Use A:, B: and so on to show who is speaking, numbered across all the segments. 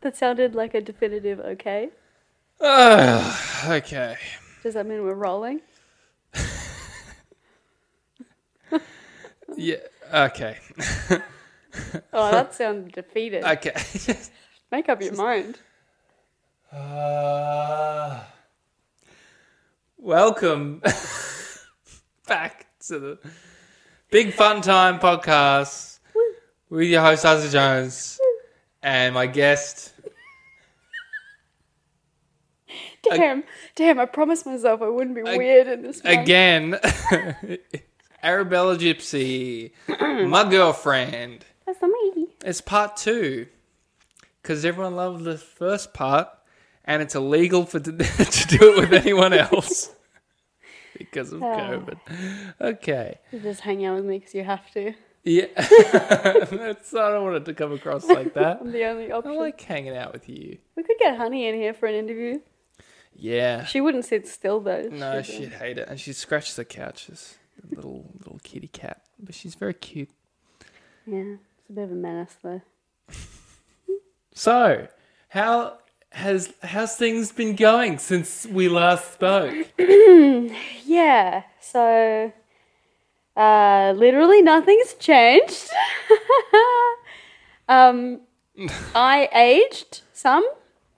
A: That sounded like a definitive okay.
B: Ugh, okay.
A: Does that mean we're rolling?
B: Yeah. Okay.
A: Oh, that sounded defeated.
B: Okay.
A: Make up your mind.
B: uh, welcome back to the Big Fun Time podcast with your host Arthur Jones and my guest.
A: Damn, damn! I promised myself I wouldn't be weird in this. one.
B: again, Arabella Gypsy, my girlfriend.
A: that's not me.
B: It's part two because everyone loved the first part, and it's illegal for to, to do it with anyone else because of COVID. Okay,
A: You just hang out with me because you have to.
B: yeah, That's- I don't want it to come across like that.
A: I'm the only
B: I
A: option.
B: like hanging out with you.
A: we could get Honey in here for an interview.
B: Yeah.
A: She wouldn't sit still though.
B: No,
A: She'd, uh,
B: she'd hate it, and she scratches the couches. A little little kitty cat, but she's very cute.
A: Yeah, it's a bit of a menace though.
B: So, how has how's things been going since we last spoke?
A: Yeah, so uh, literally nothing's changed. um, I aged some,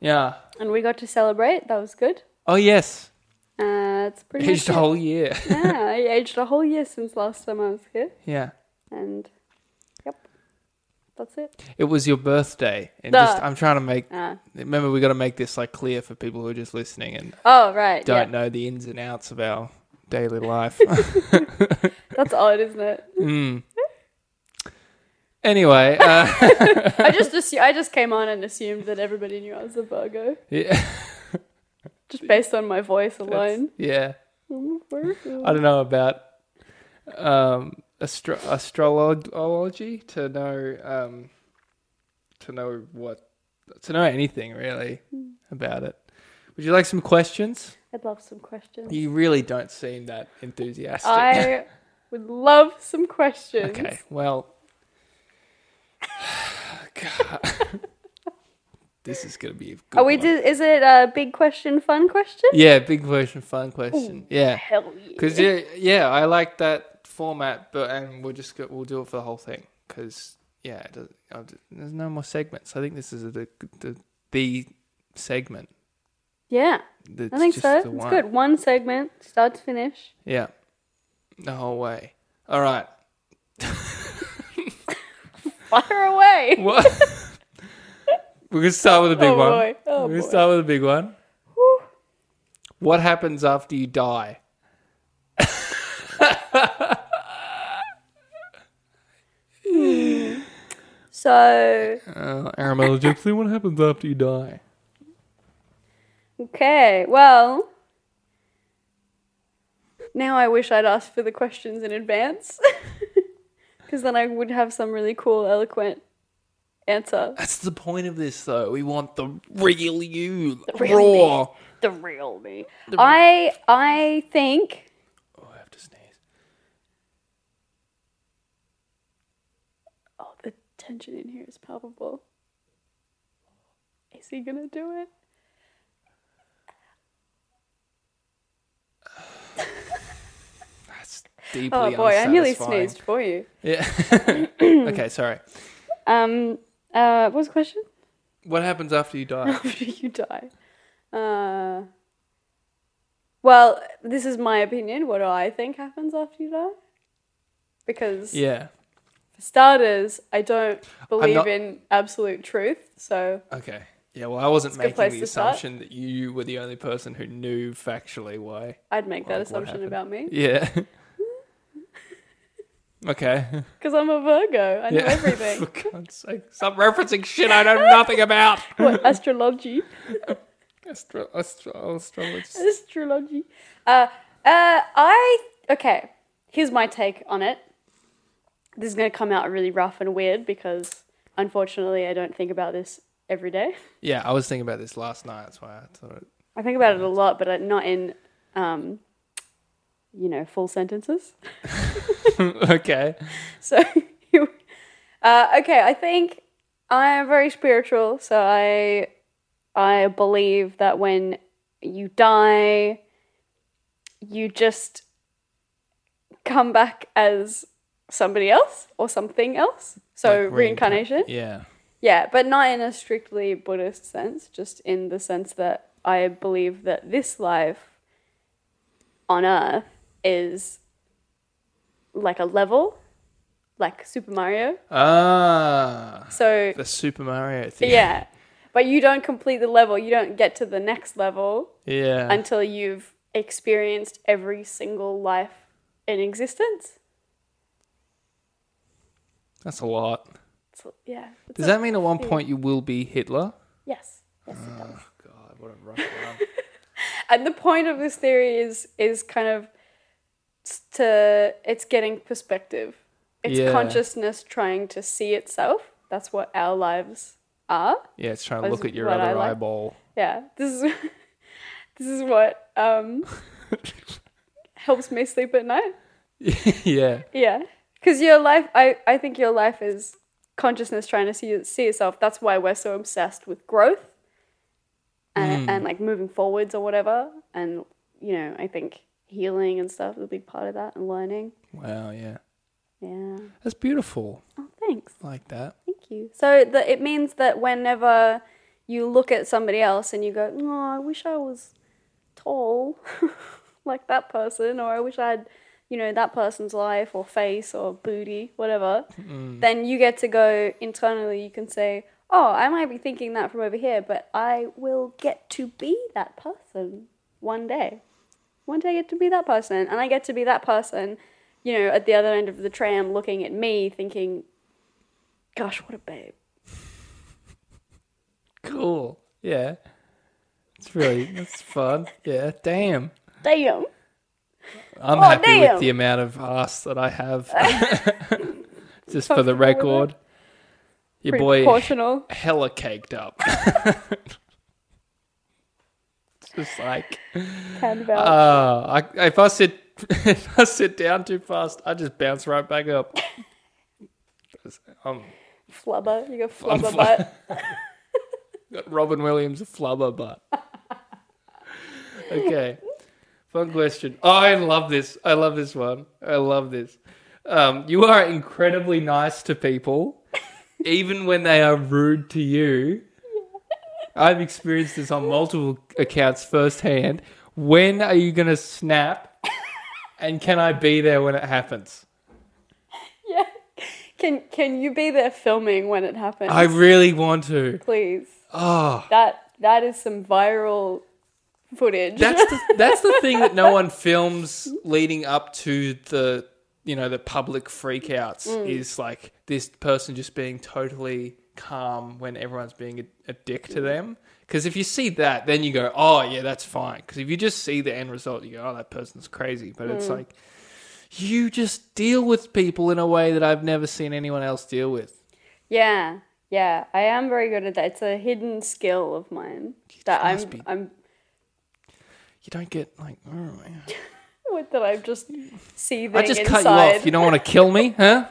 B: Yeah.
A: and we got to celebrate. That was good.
B: Oh yes,
A: Uh, it's pretty
B: aged a
A: much it.
B: whole year.
A: Yeah, I aged a whole year since last time I was here,
B: Yeah.
A: and yep, that's it.
B: It was your birthday, and
A: Duh.
B: just I'm trying to make.
A: Ah.
B: Remember, we got to make this like clear for people who are just listening and
A: Oh right,
B: don't
A: yeah,
B: know the ins and outs of our daily life. Hmm.
A: that's odd, isn't it?
B: anyway, uh,
A: I just assu- I just came on and assumed that everybody knew I was a Virgo
B: yeah,
A: just based on my voice alone.
B: yeah,
A: I'm a Virgo.
B: I don't know about um, astro- astrology to know um, to know what to know anything really about it. Would you like some questions?
A: I'd love some questions.
B: You really don't seem that enthusiastic.
A: I would love some questions.
B: Okay, well, God. this is gonna be a good.
A: Are we?
B: one.
A: Do, is it a big question, fun question?
B: Yeah, big question, fun question. Yeah,
A: Hell yeah!
B: because yeah, yeah, I like that format, but and we'll just go, we'll do it for the whole thing because yeah, it does, I'll do- there's no more segments. I think this is the the, the segment.
A: Yeah,
B: That's
A: I think
B: just
A: so.
B: the
A: It's
B: one.
A: good. One segment, start to finish.
B: Yeah, the whole way. All right.
A: Fire away!
B: What? We're gonna start with a big
A: Oh,
B: one.
A: boy. Oh,
B: We're gonna
A: boy.
B: start with a big one.
A: Whew.
B: What happens after you die?
A: So,
B: Uh, Aramella Gypsy, what happens after you die?
A: okay, well, now I wish I'd asked for the questions in advance, because then I would have some really cool, eloquent answer.
B: That's the point of this, though. We want the real you,
A: real
B: raw.
A: The real me. I I think
B: Oh, I have to sneeze.
A: Oh, the tension in here is palpable. Is he gonna do it?
B: That's deeply
A: Oh boy, I nearly
B: unsatisfying.
A: sneezed for you.
B: Yeah. okay, sorry.
A: Um, uh, what was the question?
B: What happens after you die?
A: After you die. Uh, well, this is my opinion. What do I think happens after you die? Because
B: yeah.
A: for starters, I don't believe
B: not-
A: in absolute truth. So
B: Okay. Yeah. Well, I wasn't
A: a good
B: making
A: place
B: the
A: to start.
B: assumption that you were the only person who knew factually why.
A: I'd make that
B: Like, what
A: assumption
B: happened?
A: about me
B: Yeah. okay.
A: because I'm a Virgo. I know everything.
B: For God's sake, stop referencing shit I know nothing about.
A: what astrology?
B: Astro- astro- astrologist.
A: astrology. Uh, uh, I okay. Here's my take on it. This is gonna come out really rough and weird because unfortunately I don't think about this every day.
B: Yeah, I was thinking about this last night. That's why I thought it.
A: I think about it a lot, but uh, not in, um, you know, full sentences.
B: okay.
A: So, uh, okay, I think I am very spiritual, so I I believe that when you die, you just come back as somebody else or something else. So
B: Like reincar-
A: reincarnation.
B: Yeah.
A: Yeah, but not in a strictly Buddhist sense, just in the sense that I believe that this life on earth is like a level, like Super Mario.
B: Ah,
A: So,
B: the Super Mario thing.
A: yeah, but you don't complete the level, you don't get to the next level
B: Yeah.
A: until you've experienced every single life in existence.
B: That's a lot.
A: So, yeah. it's
B: Does
A: a-
B: that mean at one point you will be Hitler?
A: Yes. Yes, it does.
B: God, what a rough one.
A: and the point of this theory is is kind of s- to it's getting perspective it's
B: Yeah.
A: consciousness trying to see itself that's what our lives are
B: Yeah, it's trying to
A: Was
B: look at your
A: what I
B: other
A: like.
B: eyeball.
A: yeah this is this is what um helps me sleep at night
B: yeah.
A: yeah because your life i i think your life is consciousness trying to see see itself that's why we're so obsessed with growth and, and like moving forwards or whatever and you know i think healing and stuff is a big part of that and learning
B: Wow, yeah.
A: yeah
B: That's beautiful.
A: oh thanks
B: I like that.
A: thank you so that it means that whenever you look at somebody else and you go oh i wish i was tall like that person or i wish i had you know that person's life or face or booty whatever then you get to go internally you can say oh i might be thinking that from over here but i will get to be that person one day one day i get to be that person and i get to be that person you know at the other end of the tram looking at me thinking gosh what a babe
B: Cool. Yeah. It's really that's fun. Yeah. Damn.
A: damn
B: I'm
A: Oh,
B: happy
A: damn.
B: with the amount of ass that I have. Just
A: Comfortable
B: for the
A: with it?
B: record. Your
A: Pretty
B: boy
A: proportional
B: hella caked up. Just like
A: can vouch.
B: Uh, I, if I sit if I sit down too fast, I just bounce right back up. um, I'm
A: flubber you go flubber butt
B: got Robin Williams flubber butt. Okay, fun question. Oh, I love this. I love this one. I love this. Um, you are incredibly nice to people, even when they are rude to you. I've experienced this on multiple accounts firsthand. When are you gonna snap? And can I be there when it happens?
A: yeah can can you be there filming when it happens
B: I really want to.
A: please
B: Oh,
A: that that is some viral footage
B: that's the, that's the thing that no one films leading up to the you know the public freakouts is like this person just being totally calm when everyone's being a, a dick to them because if you see that then you go oh yeah that's fine because if you just see the end result you go oh that person's crazy but it's like you just deal with people in a way that I've never seen anyone else deal with
A: Yeah, yeah, I am very good at that. It's a hidden skill of mine that I'm.
B: must be-
A: I'm.
B: you don't get like oh, yeah.
A: What that I'm just seething
B: I just
A: inside.
B: cut you off. You don't want to kill me, huh?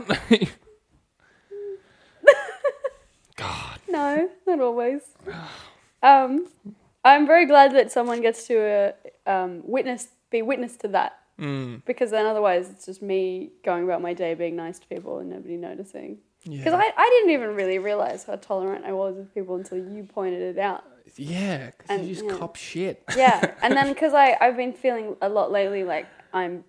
A: No, not always. um, I'm very glad that someone gets to uh, um, witness, be witness to that,
B: mm,
A: because then otherwise it's just me going about my day being nice to people and nobody noticing.
B: yeah.
A: Because I, I didn't even really realize how tolerant I was with people until you pointed it out.
B: Yeah, because
A: And,
B: you just
A: yeah.
B: cop shit.
A: yeah and then because i i've been feeling a lot lately like i'm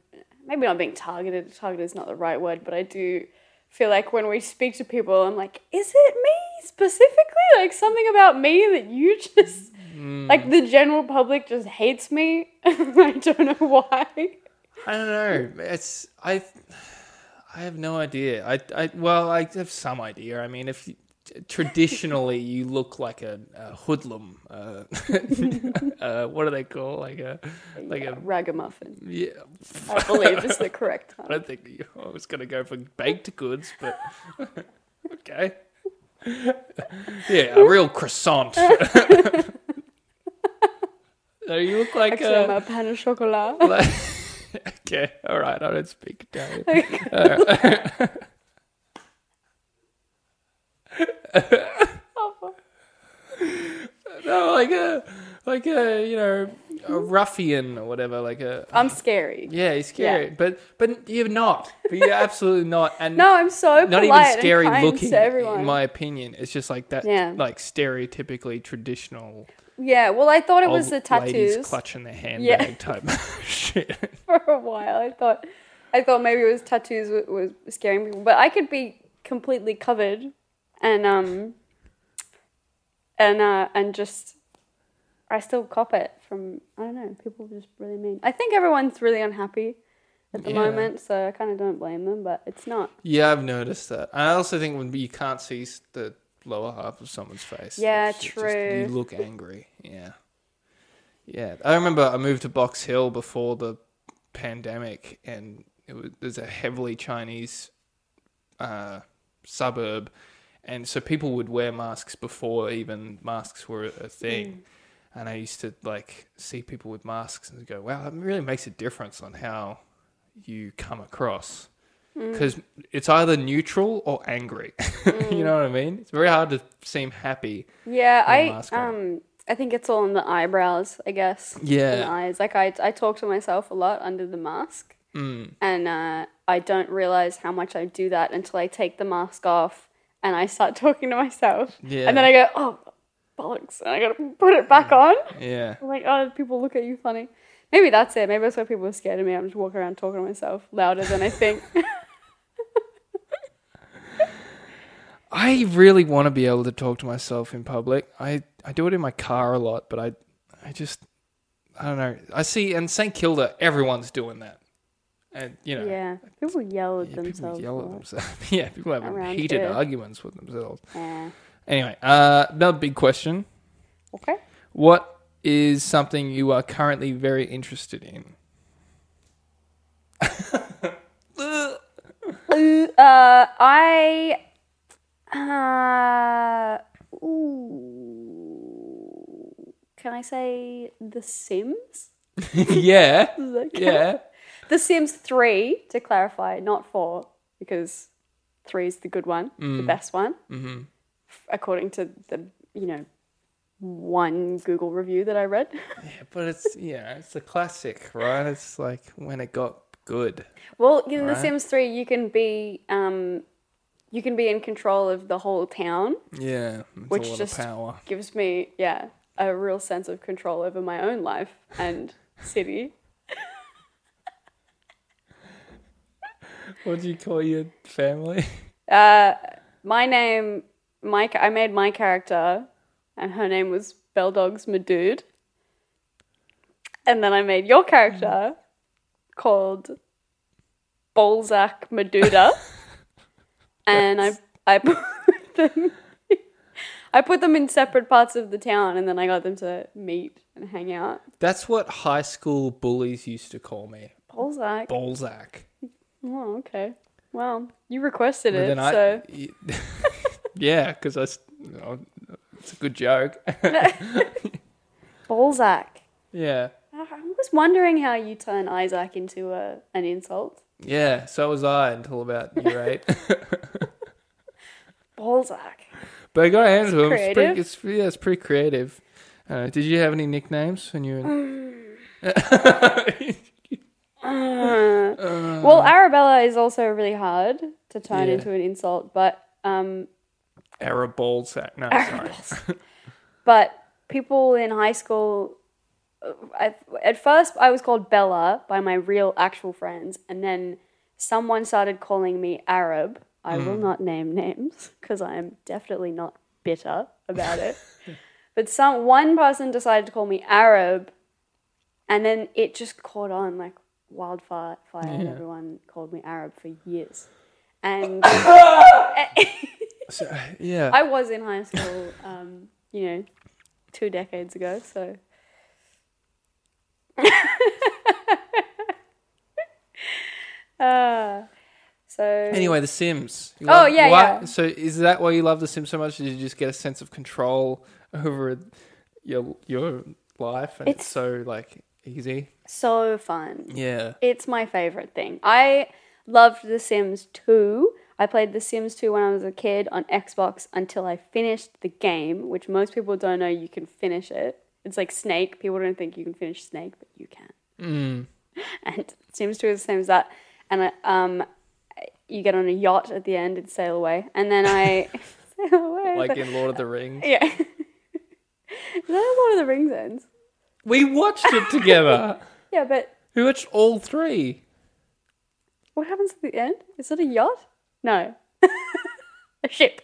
A: maybe not being targeted targeted is not the right word but i do feel like when we speak to people i'm like is it me specifically like something about me that you just
B: Mm.
A: like the general public just hates me i don't know why
B: I don't know. It's I. I have no idea. I, I well, I have some idea. I mean, if you, traditionally you look like a, a hoodlum, uh, uh, what do they call like a like a
A: ragamuffin
B: yeah?
A: i believe is the correct
B: I
A: term
B: don't think you- I was gonna go for baked goods, but okay. yeah, a real croissant. no, you look like uh,
A: actually
B: a.
A: i'm a uh, pan au chocolat
B: Like- okay, all right. I don't speak Italian. like a like a you know a ruffian or whatever. Like a
A: I'm scary.
B: yeah, he's scary, but but you're not. But you're absolutely not. And
A: No, I'm so
B: not
A: polite
B: even scary
A: and kind
B: looking.
A: to everyone.
B: In my opinion, it's just like that.
A: Yeah.
B: Like stereotypically traditional.
A: yeah, well, I thought it was
B: old
A: the
B: Ladies
A: tattoos
B: clutching their handbag
A: Yeah.
B: type shit.
A: for a while. I thought, I thought maybe it was tattoos wa- was scaring people, but I could be completely covered and um and uh and just I still cop it from I don't know. People are just really mean. I think everyone's really unhappy at the
B: Yeah.
A: moment, so I kind of don't blame them. But it's not.
B: Yeah, I've noticed that. And I also think when you can't see s- the lower half of someone's face.
A: Yeah,
B: it's ju- just-
A: true.
B: you look angry. Yeah. Yeah. I remember I moved to Box Hill before the pandemic, and it was, there's a heavily Chinese uh, suburb. And so people would wear masks before even masks were a thing.
A: Mm.
B: And I used to like see people with masks and go, wow, that really makes a difference on how you come across because it's either neutral or angry. you know what I mean? It's very hard to seem happy.
A: Yeah,
B: Yeah,
A: I
B: mask on.
A: um I think it's all in the eyebrows, I guess. And the
B: Yeah,
A: eyes. Like I I talk to myself a lot under the mask. Mm. And uh I don't realize how much I do that until I take the mask off and I start talking to myself.
B: Yeah.
A: And then I go, "Oh, bollocks." And I got to put it back on.
B: yeah,
A: I'm like, "Oh, people look at you funny." Maybe that's it. Maybe that's why people are scared of me. I'm just walking around talking to myself louder than I think.
B: I really want to be able to talk to myself in public. I I do it in my car a lot, but I I just I don't know. I see, and St Kilda, everyone's doing that, and you know,
A: yeah. People yell at
B: yeah,
A: themselves.
B: people
A: a
B: yell at
A: lot.
B: themselves. yeah, people have
A: Around
B: heated
A: here.
B: arguments with themselves.
A: Yeah.
B: Anyway, uh, another big question:
A: Okay.
B: What is something you are currently very interested in?
A: Ooh, uh, I. Uh, ooh, can I say The Sims?
B: yeah.
A: Is that good?
B: Yeah.
A: The Sims 3, to clarify, not 4, because 3 is the good one, the best one,
B: hmm
A: according to the, you know, one Google review that I read.
B: yeah. But it's yeah, it's a classic, right? It's like when it got good.
A: Well, in The
B: Right.
A: Sims 3, you can be. Um, you can be in control of the whole town,
B: Yeah. It's
A: Which
B: a lot
A: just-
B: of power.
A: gives me yeah a real sense of control over my own life and city
B: What do you call your family?
A: uh my name my ca- i made my character and her name was belldogs madood and then i made your character called balzac maduda and i i put them i put them in separate parts of the town and then i got them to meet and hang out
B: That's what high school bullies used to call me.
A: balzac
B: Balzac.
A: Oh, okay. Well, you requested
B: But
A: it,
B: then I-
A: so
B: yeah, because I. s- oh, It's a good joke.
A: Balzac.
B: yeah.
A: I was wondering how you turn Isaac into a an insult.
B: Yeah. So was I until about year eight.
A: Balzac.
B: but I got hands with him. It's
A: creative.
B: pretty, it's, yeah, it's pretty creative. Uh, did you have any nicknames when you were in.
A: Uh, well, Arabella is also really hard to turn
B: Yeah.
A: into an insult, but um,
B: Arab Balzac. No, sorry.
A: but people in high school. uh, I, at first, I was called Bella by my real actual friends, and then someone started calling me Arab. I will not name names because I am definitely not bitter about it. but some one person decided to call me Arab, and then it just caught on like wildfire, fire, and
B: Yeah.
A: everyone called me Arab for years. And
B: So, yeah.
A: I was in high school, um, you know, two decades ago, so. uh, so.
B: Anyway, The Sims. You
A: Oh,
B: love-
A: yeah,
B: why-
A: yeah.
B: So is that why you love The Sims so much? Did you just get a sense of control over your your life, and it's,
A: It's-
B: so like easy?
A: So fun.
B: Yeah,
A: It's my favorite thing. I loved The Sims 2. I played The Sims 2 when I was a kid on Xbox until I finished the game, which most people don't know you can finish it. It's like Snake. People don't think you can finish Snake, but you can.
B: Mm.
A: And Sims 2 is the same as that. And I, um, you get on a yacht at the end and sail away. And then I sail away.
B: Like
A: but-
B: in Lord of the Rings.
A: yeah. is that Lord of the Rings ends?
B: We watched it together.
A: Yeah, but
B: we watched all three.
A: what happens at the end? Is it a yacht? No. a ship.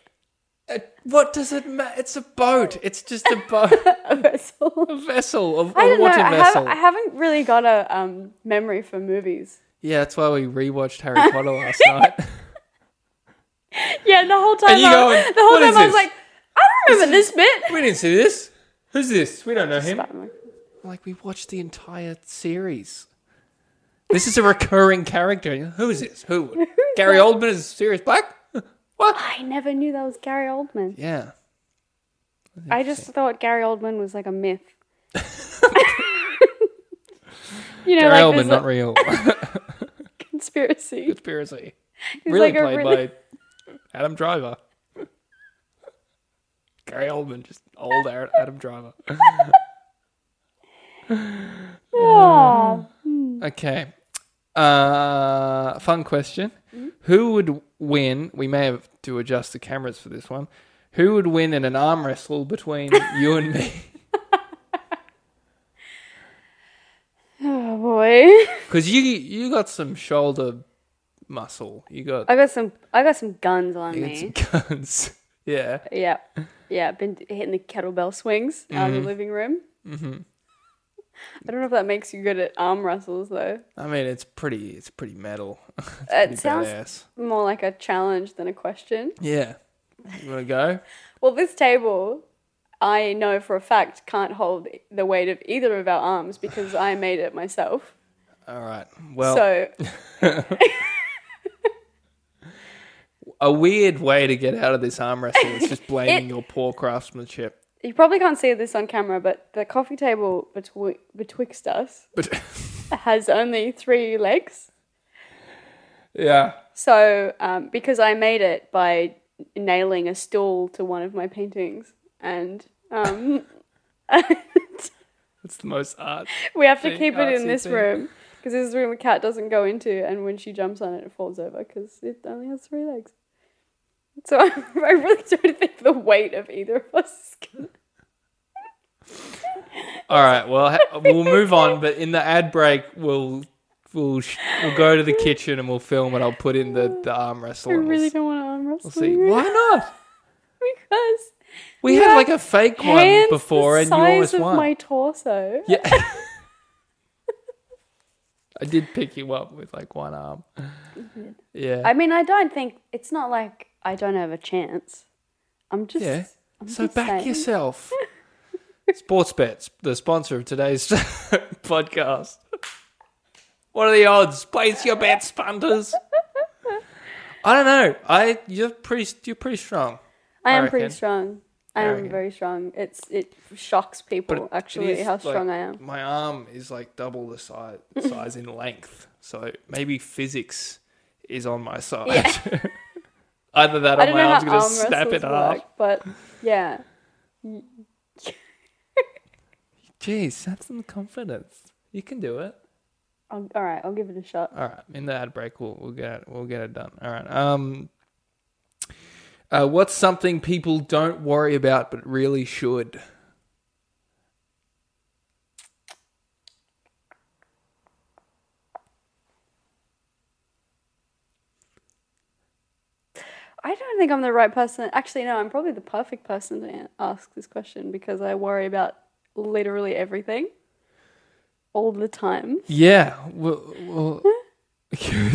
B: Uh, What does it matter? It's a boat. It's just a boat,
A: A vessel.
B: a vessel, a,
A: I
B: a
A: don't know.
B: water
A: I,
B: vessel.
A: have, I haven't really got a um, memory for movies.
B: Yeah, that's why we rewatched Harry Potter last night.
A: Yeah, the whole time.
B: And you
A: I,
B: go,
A: the whole
B: "What
A: time
B: is
A: I was
B: this?"
A: like, I don't remember this bit.
B: we didn't see this. Who's this? We don't know him.
A: Spider-Man.
B: Like we watched the entire series. This is a recurring character. You know, Who is this? Who? Gary Oldman is Sirius Black. What?
A: I never knew that was Gary Oldman.
B: Yeah.
A: I just thought Gary Oldman was like a myth. you know,
B: Gary
A: like
B: Oldman,
A: there's
B: not
A: a
B: real.
A: conspiracy.
B: Conspiracy.
A: He's
B: really
A: like a
B: played
A: really-
B: by Adam Driver. Gary Oldman, just old Ar- Adam Driver.
A: Aw.
B: Okay. Uh, fun question.
A: Mm-hmm.
B: Who would win? We may have to adjust the cameras for this one. Who would win in an arm wrestle between you and me?
A: Oh boy.
B: Because you you got some shoulder muscle. You got,
A: I got some. I got some guns on
B: you got
A: Oh, me.
B: some guns. yeah.
A: Yeah, yeah. I've been hitting the kettlebell swings out of the living room.
B: Mm-hmm.
A: Mm-hmm. I don't know if that makes you good at arm wrestles though.
B: I mean, it's pretty. It's pretty metal. It's pretty
A: It sounds
B: badass.
A: more like a challenge than a question.
B: Yeah. You want to go?
A: Well, this table, I know for a fact, can't hold the weight of either of our arms because I made it myself.
B: All right. Well,
A: so
B: a weird way to get out of this arm wrestle is just blaming
A: It-
B: your poor craftsmanship.
A: you probably can't see this on camera, but the coffee table betwi- betwixt us
B: But
A: has only three legs.
B: yeah,
A: So, um, because I made it by nailing a stool to one of my paintings, and um,
B: it's the most art.
A: we have to
B: Thing,
A: keep it
B: artsy
A: in this
B: thing.
A: room because this is the room a cat doesn't go into, and when she jumps on it, it falls over because it only has three legs. So I, I really don't think the weight of either of us. Is gonna...
B: All right. Well, ha- we'll move on, but in the ad break, we'll we'll sh- we'll go to the kitchen and we'll film and I'll put in the, the arm wrestle.
A: I
B: and we'll
A: really
B: s-
A: don't want to arm wrestle
B: we'll see.
A: you
B: Why not?
A: because
B: We
A: You
B: had
A: had
B: like a fake one
A: hands
B: before,
A: the
B: and you
A: size
B: always
A: of
B: won.
A: my torso.
B: Yeah. I did pick you up with like one arm. Yeah.
A: I mean, I don't think it's not like I don't have a chance. I'm just
B: Yeah.
A: I'm
B: So
A: just
B: back
A: saying.
B: yourself. Sports bets, the sponsor of today's podcast. What are the odds? Place your bets, punters. I don't know. I you're pretty you're pretty strong.
A: I
B: I
A: am pretty
B: reckon.
A: strong. I,
B: I
A: am
B: reckon.
A: very strong. It's it shocks people
B: it- it
A: actually
B: is,
A: how
B: like,
A: strong I am.
B: My arm is like double the size size in length. So maybe physics is on my side. Either that
A: I
B: or
A: don't
B: my
A: know
B: arm's
A: how
B: gonna
A: arm
B: snap
A: wrestles
B: it half.
A: work, but yeah,
B: Jeez, that's some confidence. You can do it.
A: I'll, all right, I'll give it a shot.
B: All right, in the ad break, we'll we'll get it, we'll get it done. All right. Um, uh, what's something people don't worry about but really should?
A: I don't think I'm the right person. Actually, no, I'm probably the perfect person to an- ask this question because I worry about literally everything all the time.
B: Yeah. Well, well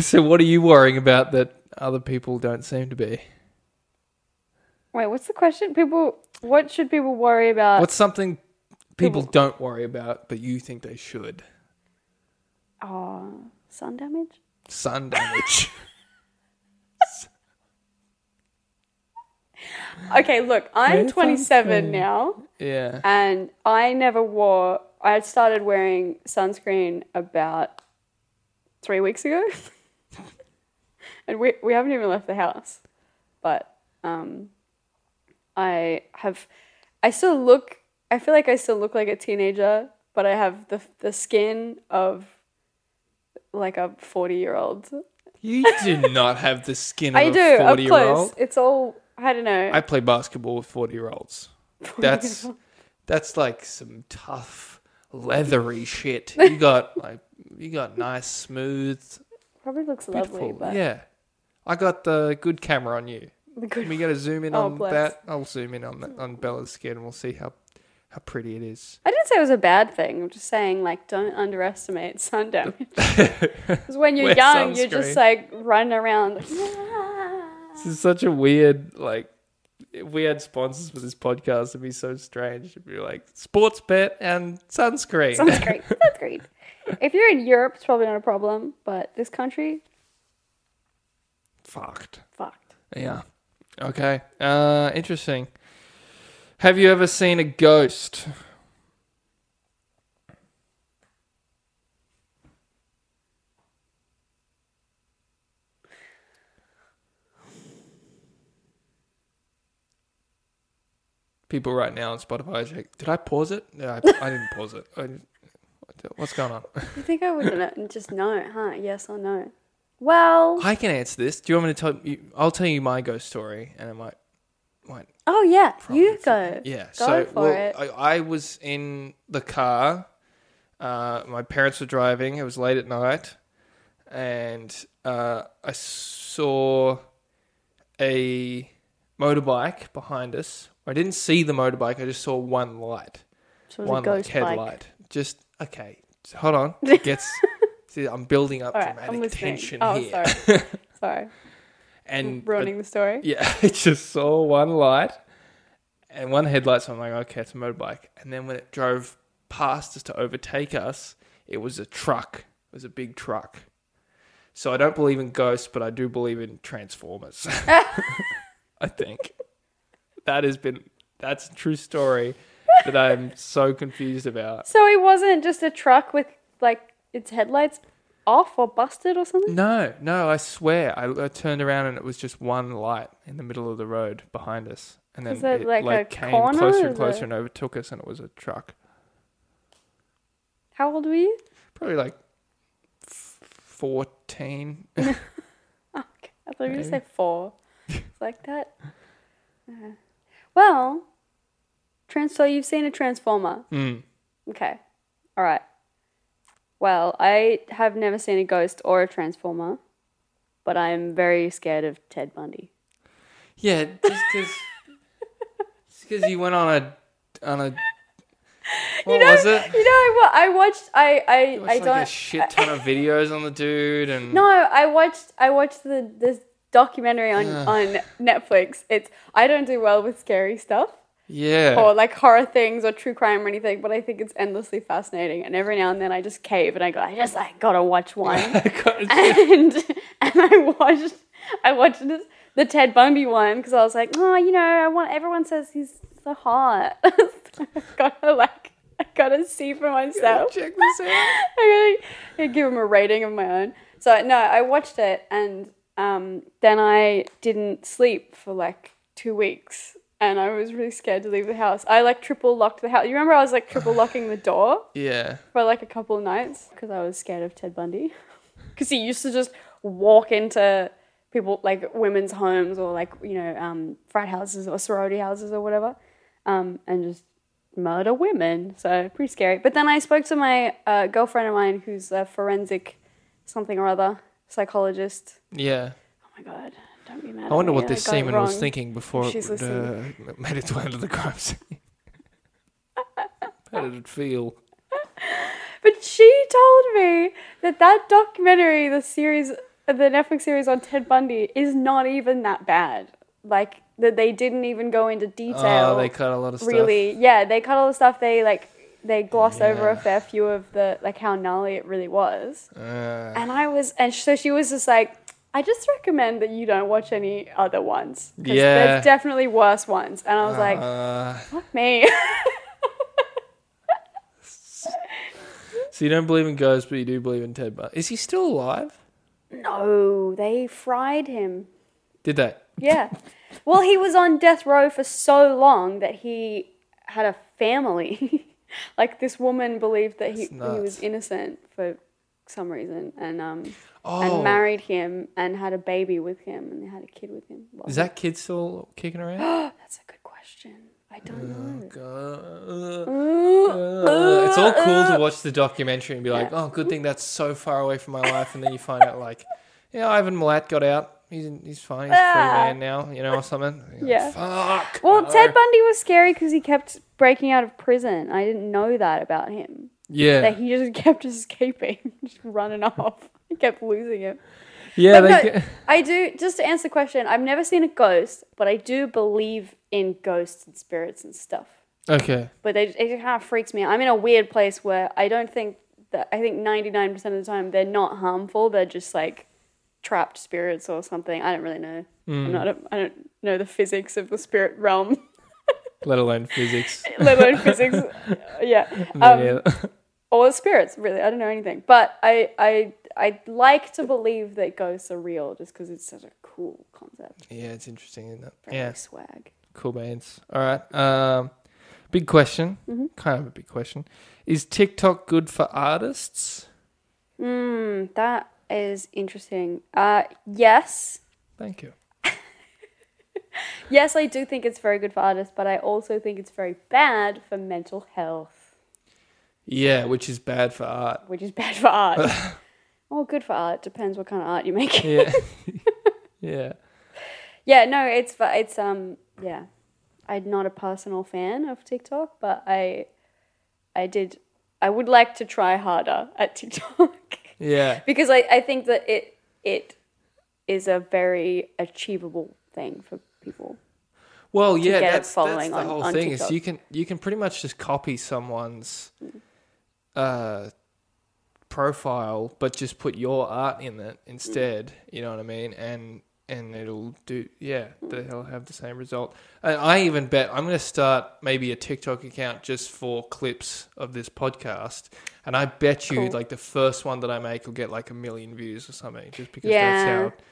B: so what are you worrying about that other people don't seem to be?
A: Wait, what's the question? People, what should people worry about?
B: What's something people don't worry about but you think they should?
A: Oh, sun damage?
B: Sun damage.
A: Okay, look,
B: Very
A: I'm
B: fun
A: 27
B: thing.
A: now
B: yeah.
A: and I never wore, I started wearing sunscreen about three weeks ago. and we we haven't even left the house, but um, I have, I still look. I feel like I still look like a teenager, but I have the the skin of like a forty year old.
B: You do not have the skin of
A: I
B: a
A: do up
B: forty year
A: close.
B: old.
A: It's all I don't know.
B: I play basketball with forty year olds. That's that's like some tough leathery shit. You got like you got nice smooth
A: Probably looks
B: beautiful.
A: lovely, but
B: Yeah. I got the good camera on you.
A: the
B: Can
A: good
B: we gotta zoom in
A: Oh,
B: on
A: bless.
B: that? I'll zoom in on that on Bella's skin and we'll see how how pretty it is.
A: I didn't say it was a bad thing. I'm just saying, like, don't underestimate sun damage. Because when you're
B: Wear
A: young, you're just
B: sunscreen.
A: like running around. Like, "Ah."
B: This is such a weird like if we had sponsors for this podcast, it'd be so strange. It'd be like sports bet and sunscreen.
A: Sounds great. That's great. If you're in Europe, it's probably not a problem. But this country,
B: Fucked.
A: fucked.
B: Yeah. Okay. Uh interesting. Have you ever seen a ghost? People right now on Spotify, is like, did I pause it? No, I, I didn't pause it. I, what's going on?
A: You think I would not just know, huh? Yes or no? Well,
B: I can answer this. Do you want me to tell you? I'll tell you my ghost story, and it might might
A: oh yeah,
B: Probably
A: you
B: for-
A: go.
B: Yeah.
A: go
B: so
A: for
B: well,
A: it.
B: I, I was in the car. Uh, my parents were driving. It was late at night, and uh, I saw a motorbike behind us. I didn't see the motorbike. I just saw one light
A: So it was
B: one
A: a ghost
B: like
A: bike.
B: headlight. Just okay. so hold on. It gets. see, I'm building up
A: All right, I'm
B: dramatic
A: listening.
B: tension
A: oh,
B: here,
A: sorry, sorry,
B: and I
A: ruining the story.
B: yeah, I just saw one light and one headlight, so I'm like, okay, it's a motorbike. And then when it drove past us to overtake us, it was a truck. It was a big truck. So I don't believe in ghosts, but I do believe in transformers. I think that has been that's a true story that I'm so confused about.
A: So it wasn't just a truck with like its headlights off or busted or something.
B: No, no, I swear. I, I turned around and it was just one light in the middle of the road behind us, and then
A: Is it
B: it
A: like
B: like,
A: a
B: came
A: corner?
B: closer and
A: Is
B: closer
A: it-
B: and overtook us, and it was a truck,
A: How old were you?
B: probably like f- fourteen.
A: Oh, okay. I thought you were going to say
B: Maybe.
A: four. It's like that. Uh, Well, trans- so you've seen a transformer.
B: mm.
A: Okay. All right. Well, I have never seen a ghost or a transformer, but I'm very scared of Ted Bundy.
B: Yeah, just because because you went on a on a what was it?
A: You know, I, wa- I watched. I I,
B: It was
A: I
B: like
A: don't.
B: a shit ton of videos on the dude, and
A: No, I watched I watched the this documentary on
B: Ugh.
A: on Netflix. It's I don't do well with scary stuff
B: yeah,
A: or like horror things or true crime or anything, but I think it's endlessly fascinating. And every now and then I just cave and I go, I just I gotta watch one. and and I watched I watched this, the Ted Bundy one because I was like, oh, you know, I want everyone says he's so hot. so I gotta like I gotta see for myself.
B: check this out.
A: I gotta give him a rating of my own. So no, I watched it and um, then I didn't sleep for like two weeks, and I was really scared to leave the house. I like triple locked the house. You remember I was like triple locking the door
B: Yeah,
A: for like a couple of nights because I was scared of Ted Bundy, because he used to just walk into people like women's homes or like you know um, frat houses or sorority houses or whatever, um, and just murder women. So pretty scary. But then I spoke to my uh, girlfriend of mine who's a forensic something or other psychologist.
B: yeah.
A: Oh my god, don't be mad.
B: I wonder
A: at me.
B: what this
A: got it
B: semen was
A: wrong.
B: thinking before
A: She's
B: it uh, made its way into the crime scene. How did it feel?
A: But she told me that that documentary, the series, the Netflix series on Ted Bundy, is not even that bad. Like that, they didn't even go into detail.
B: Oh, they cut a lot of stuff.
A: really, yeah, they cut all the stuff. They like they gloss over a
B: Yeah.
A: fair few of the like how gnarly it really was.
B: Uh,
A: And I was, and so she was just like, I just recommend that you don't watch any other ones. 'cause
B: Yeah.
A: there's definitely worse ones. And I was like,
B: uh,
A: fuck me.
B: so you don't believe in ghosts, but you do believe in Ted Bundy. Is he still alive?
A: No, they fried him.
B: Did they?
A: Yeah. well, he was on death row for so long that he had a family. like this woman believed that he,
B: That's
A: he
B: nuts.
A: was innocent for some reason and um
B: Oh,
A: and married him and had a baby with him and they had a kid with him. Well,
B: is that kid still kicking around?
A: That's a good question. I don't know.
B: God. Uh,
A: Ooh,
B: uh, it's all cool
A: uh,
B: to watch the documentary and be like, oh, good thing that's so far away from my life. And then you find out, like, yeah, Ivan Milat got out. He's, he's fine. He's a free
A: Ah.
B: man now, you know, or something. You're like,
A: Yeah.
B: Fuck.
A: Well,
B: no.
A: Ted Bundy was scary because he kept breaking out of prison. I didn't know that about him.
B: Yeah.
A: That he just kept escaping, just running off. He kept losing it.
B: yeah.
A: But
B: They
A: no,
B: get-
A: I do, just to answer the question, I've never seen a ghost, but I do believe in ghosts and spirits and stuff.
B: okay.
A: But they, it kind of freaks me out. I'm in a weird place where I don't think that, I think 99% of the time they're not harmful. They're just like trapped spirits or something. I don't really know. I'm not a, I don't know the physics of the spirit realm.
B: Let alone physics.
A: let alone physics. Yeah. Um,
B: yeah.
A: or spirits, really. I don't know anything. But I, I, I like to believe that ghosts are real just because it's such a cool concept.
B: yeah, it's interesting, isn't it?
A: Very
B: Yeah.
A: swag.
B: Cool bands. All right. Um, big question.
A: Mm-hmm.
B: Kind of a big question. Is TikTok good for artists?
A: Mm, that is interesting. Uh, yes.
B: Thank you.
A: Yes, I do think it's very good for artists, but I also think it's very bad for mental health,
B: Yeah, which is bad for art.
A: which is bad for art. Or good for art. Depends what kind of art you make.
B: Yeah. yeah.
A: Yeah, no, it's fu- it's um yeah. I'm not a personal fan of TikTok, but I I did I would like to try harder at TikTok
B: Yeah.
A: because I, I think that it it is a very achievable thing for people.
B: Well,
A: get
B: yeah,
A: a
B: that's,
A: following
B: that's the
A: on-
B: whole
A: on
B: thing. Is
A: TikTok. Mm.
B: you can you can pretty much just copy someone's uh, profile, but just put your art in it instead.
A: Mm.
B: You know what I mean? And and it'll do. Yeah, they'll have the same result. And I even bet I'm going to start maybe a TikTok account just for clips of this podcast. And I bet you
A: Cool.
B: like the first one that I make will get like a million views or something, just because
A: Yeah.
B: that's how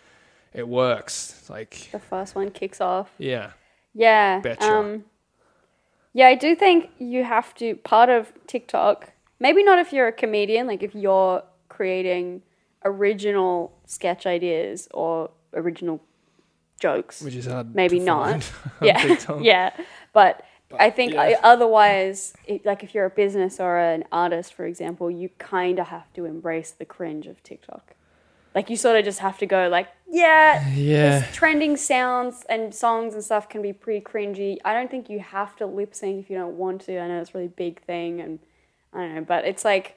B: it works. It's like
A: The first one kicks off.
B: yeah,
A: Yeah. um,
B: Betcha.
A: yeah, I do think you have to part of TikTok. Maybe not if you're a comedian, like if you're creating original sketch ideas or original jokes.
B: which is hard.
A: Maybe
B: to
A: not.
B: find on
A: yeah,
B: TikTok.
A: yeah. But, I think
B: yeah.
A: I, otherwise, it, like if you're a business or an artist, for example, you kind of have to embrace the cringe of TikTok. Like you sort of just have to go like, yeah,
B: Yeah.
A: trending sounds and songs and stuff can be pretty cringy. I don't think you have to lip sync if you don't want to. I know it's a really big thing, and I don't know, but it's like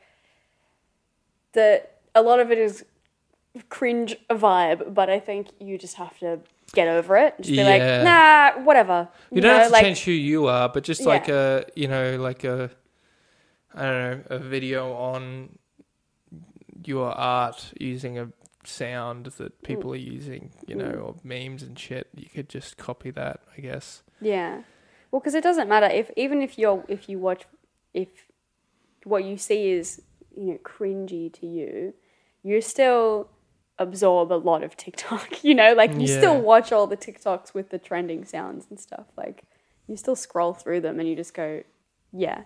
A: the a lot of it is cringe vibe. But I think you just have to get over it. Just be
B: Yeah.
A: like, nah, whatever.
B: You, don't
A: know,
B: have to
A: like,
B: change who you are, but just like
A: Yeah.
B: a, you know, like a, I don't know, a video on your art using a sound
A: Mm.
B: that people are using, you know, or memes and shit. You could just copy that, I guess.
A: Yeah. Well, because it doesn't matter if even if you're if you watch if what you see is you know cringy to you, you still absorb a lot of TikTok. You know, like you
B: Yeah.
A: still watch all the TikToks with the trending sounds and stuff. Like you still scroll through them and you just go, yeah.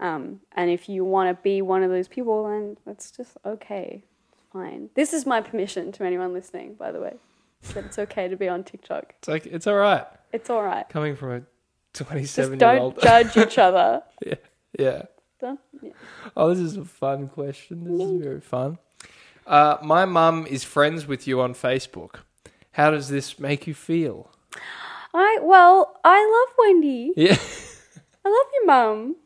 A: Um, and if you want to be one of those people, then that's just okay. It's fine. This is my permission to anyone listening, by the way, that it's okay to be on TikTok.
B: It's like, it's all right.
A: It's all right
B: Coming from a 27
A: just
B: year
A: don't
B: old.
A: judge each other.
B: yeah. Yeah.
A: Don't- yeah.
B: Oh, this is a fun question. This is very fun. Uh, my mum is friends with you on Facebook. How does this make you feel?
A: I well, I love Wendy.
B: Yeah.
A: I love your mum.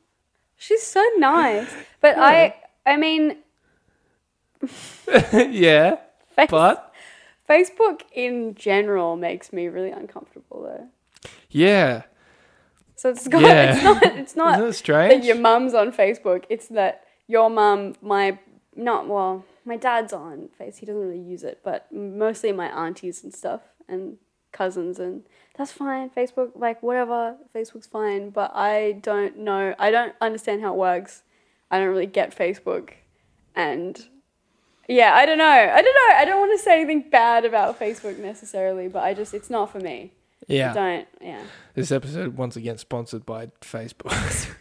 A: She's so nice. But I, I mean,
B: yeah.
A: face,
B: But
A: Facebook in general makes me really uncomfortable though.
B: yeah.
A: So it's got,
B: Yeah.
A: it's not, it's not
B: Isn't it
A: that
B: strange?
A: your mum's on Facebook. It's that your mum, my not well, my dad's on Face. He doesn't really use it, but mostly my aunties and stuff and cousins and that's fine. Facebook, like whatever, Facebook's fine. But I don't know. I don't understand how it works. I don't really get Facebook, and Yeah, I don't know. I don't know. I don't want to say anything bad about Facebook necessarily, but I just it's not for me. I
B: Yeah.
A: don't. Yeah.
B: This episode once again sponsored by Facebook.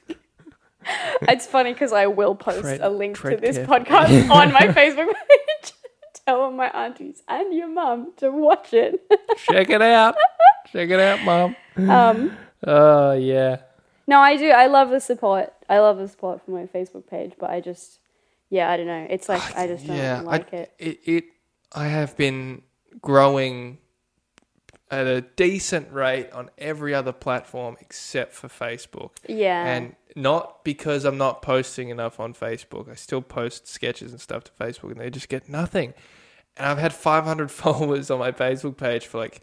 A: It's funny because I will post
B: Tread-
A: a link to
B: tread
A: this
B: carefully.
A: podcast on my Facebook page. Tell all my aunties and your mum to watch it.
B: Check it out. Check it out, mom.
A: Um,
B: Oh yeah.
A: no, I do. I love the support. I love the support for my Facebook page, but I just, yeah, I don't know. It's like I just don't like
B: I,
A: it.
B: it. It I have been growing at a decent rate on every other platform except for Facebook.
A: Yeah.
B: And not because I'm not posting enough on Facebook. I still post sketches and stuff to Facebook and they just get nothing. And I've had 500 followers on my Facebook page for like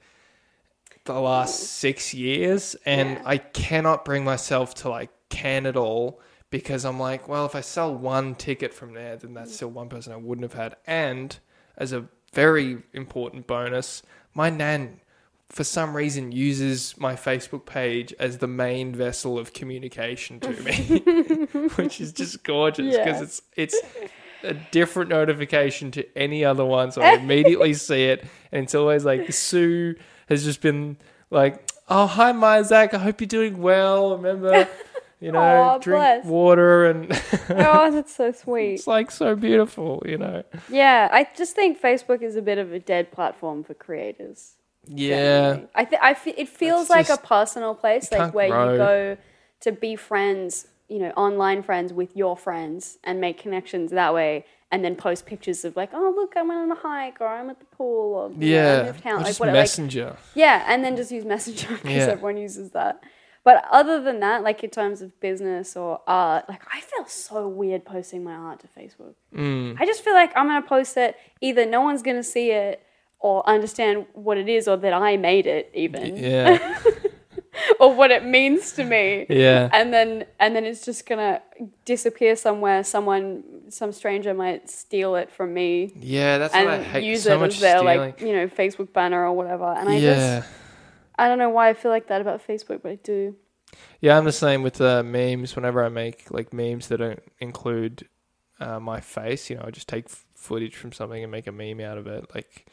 B: the last six years. And
A: Yeah.
B: I cannot bring myself to like can it all because I'm like, well, if I sell one ticket from there, then that's still one person I wouldn't have had. And as a very important bonus, my nan for some reason uses my Facebook page as the main vessel of communication to me, which is just gorgeous because
A: Yeah.
B: it's it's a different notification to any other one, so I immediately see it, and it's always like Sue has just been like, "Oh, hi, my Zach. I hope you're doing well. Remember, you know,
A: Aw,
B: drink
A: bless.
B: water." And
A: oh, that's so sweet.
B: it's like so beautiful, you know.
A: Yeah, I just think Facebook is a bit of a dead platform for creators.
B: Yeah,
A: generally. I think I fe- it feels
B: It's
A: like
B: just-
A: a personal place, like
B: can't
A: where
B: grow.
A: you go to be friends, you know, online friends with your friends and make connections that way, and then post pictures of like, oh look, I went on a hike or I'm at the pool or you know, I
B: yeah.
A: moved
B: Or
A: town, like
B: just
A: whatever. Like,
B: messenger.
A: yeah, and then just use Messenger because
B: Yeah.
A: everyone uses that. But other than that, like in terms of business or art, like I feel so weird posting my art to Facebook.
B: Mm.
A: I just feel like I'm gonna post it. Either no one's gonna see it or understand what it is, or that I made it, even
B: yeah,
A: or what it means to me.
B: yeah.
A: And then and then it's just gonna disappear somewhere. Someone, some stranger might steal it from me
B: Yeah, that's what I
A: and
B: hate
A: use
B: so
A: it
B: much
A: as their
B: stealing.
A: like you know Facebook banner or whatever. And I
B: yeah,
A: just I don't know why I feel like that about Facebook, but I do.
B: yeah. I'm the same with uh, memes. Whenever I make like memes that don't include uh, my face, you know, I just take f- footage from something and make a meme out of it. Like,